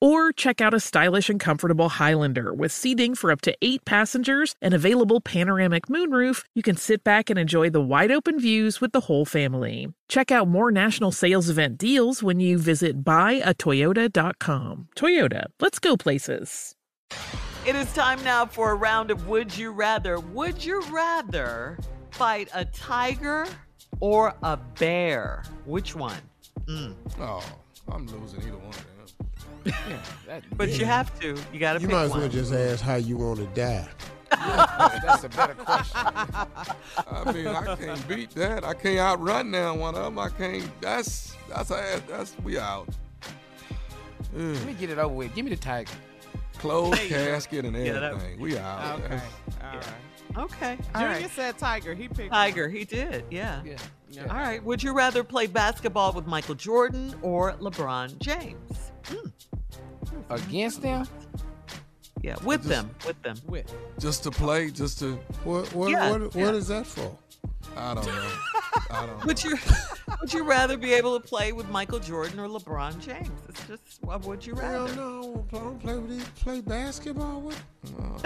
Or check out a stylish and comfortable Highlander with seating for up to eight passengers and available panoramic moonroof. You can sit back and enjoy the wide open views with the whole family. Check out more national sales event deals when you visit buyatoyota.com. Toyota, let's go places. It is time now for a round of Would You Rather. Would you rather fight a tiger or a bear? Which one? Mm. Oh, I'm losing either one of them. But you have to. You got to You pick might as one. well just ask how you want to die. That's a better question. I mean, I can't beat that. I can't outrun now one of them. I can't. That's that's that's we out. Let me get it over with. Give me the tiger. Closed There you go. casket and Get it out. everything. We out. Okay. That's- All right. Okay. All Junior right. said Tiger. He picked Tiger, he did. Yeah. Yeah. All right. Would you rather play basketball with Michael Jordan or LeBron James? Against them? Yeah, with just- them. With them. with. Just to play, just to what what Yeah, what, what yeah. is that for? I don't know. I don't. Would know. you Would you rather be able to play with Michael Jordan or LeBron James? It's just what would you Hell rather? no! I don't play- I don't play with these. Play basketball with. No.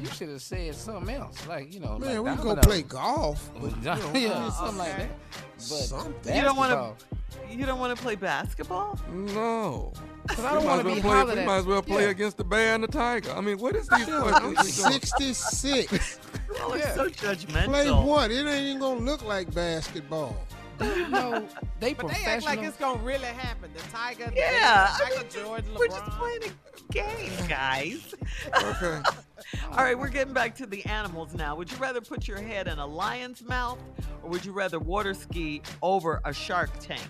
You should have said something else. Like, you know, Man, we like can go dominoes. play golf. But, you know, uh, yeah, it's something like that. okay. But Something. You don't wanna- basketball. You don't want to play basketball? No. Cause I don't we might as well want to be play, hollered we at. might as well play Yeah. against the bear and the tiger. I mean, what is these I'm questions? you doing? 66. Oh, it's so judgmental. Play what? It ain't even gonna look like basketball. You know, they But they act professional. like it's gonna really happen. The Tiger. the Yeah, I Michael mean, just- Jordan. we're just LeBron. playing a game, guys. Okay. Oh, All right, we're getting back to the animals now. Would you rather put your head in a lion's mouth, or would you rather water ski over a shark tank?